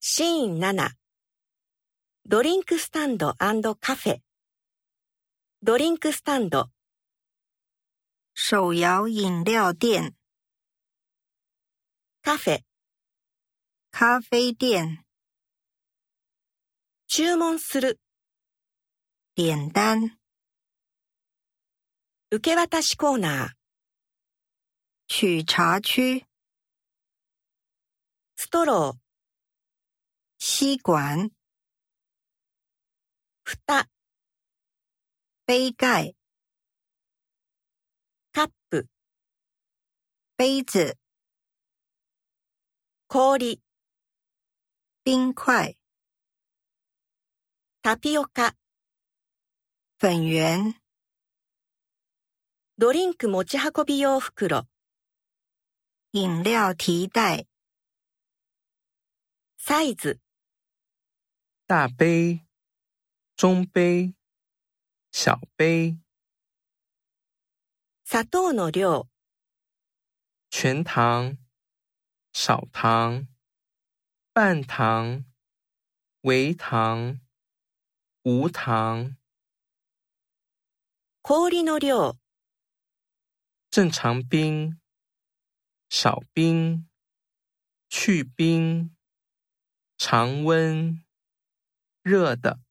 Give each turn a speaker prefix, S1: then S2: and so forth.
S1: シーン7ドリンクスタンドカフェドリンクスタンド
S2: 手摇饮料店、
S1: カフェ
S2: 咖啡店、
S1: 注文する
S2: 点单、
S1: 受け渡しコーナー
S2: 取茶区、
S1: ストロー
S2: 吸管、
S1: 蓋
S2: 杯盖、
S1: カップ
S2: 杯子、
S1: 氷
S2: 冰块、
S1: タピオカ
S2: 粉圆、
S1: ドリンク持ち運び用袋
S2: 饮料提袋、
S1: サイズ
S3: 大杯、中杯、小杯、
S1: 砂糖の量
S3: 全糖、少糖、半糖、微糖、无糖、
S1: 氷の量
S3: 正常冰、少冰、去冰、常温、热的。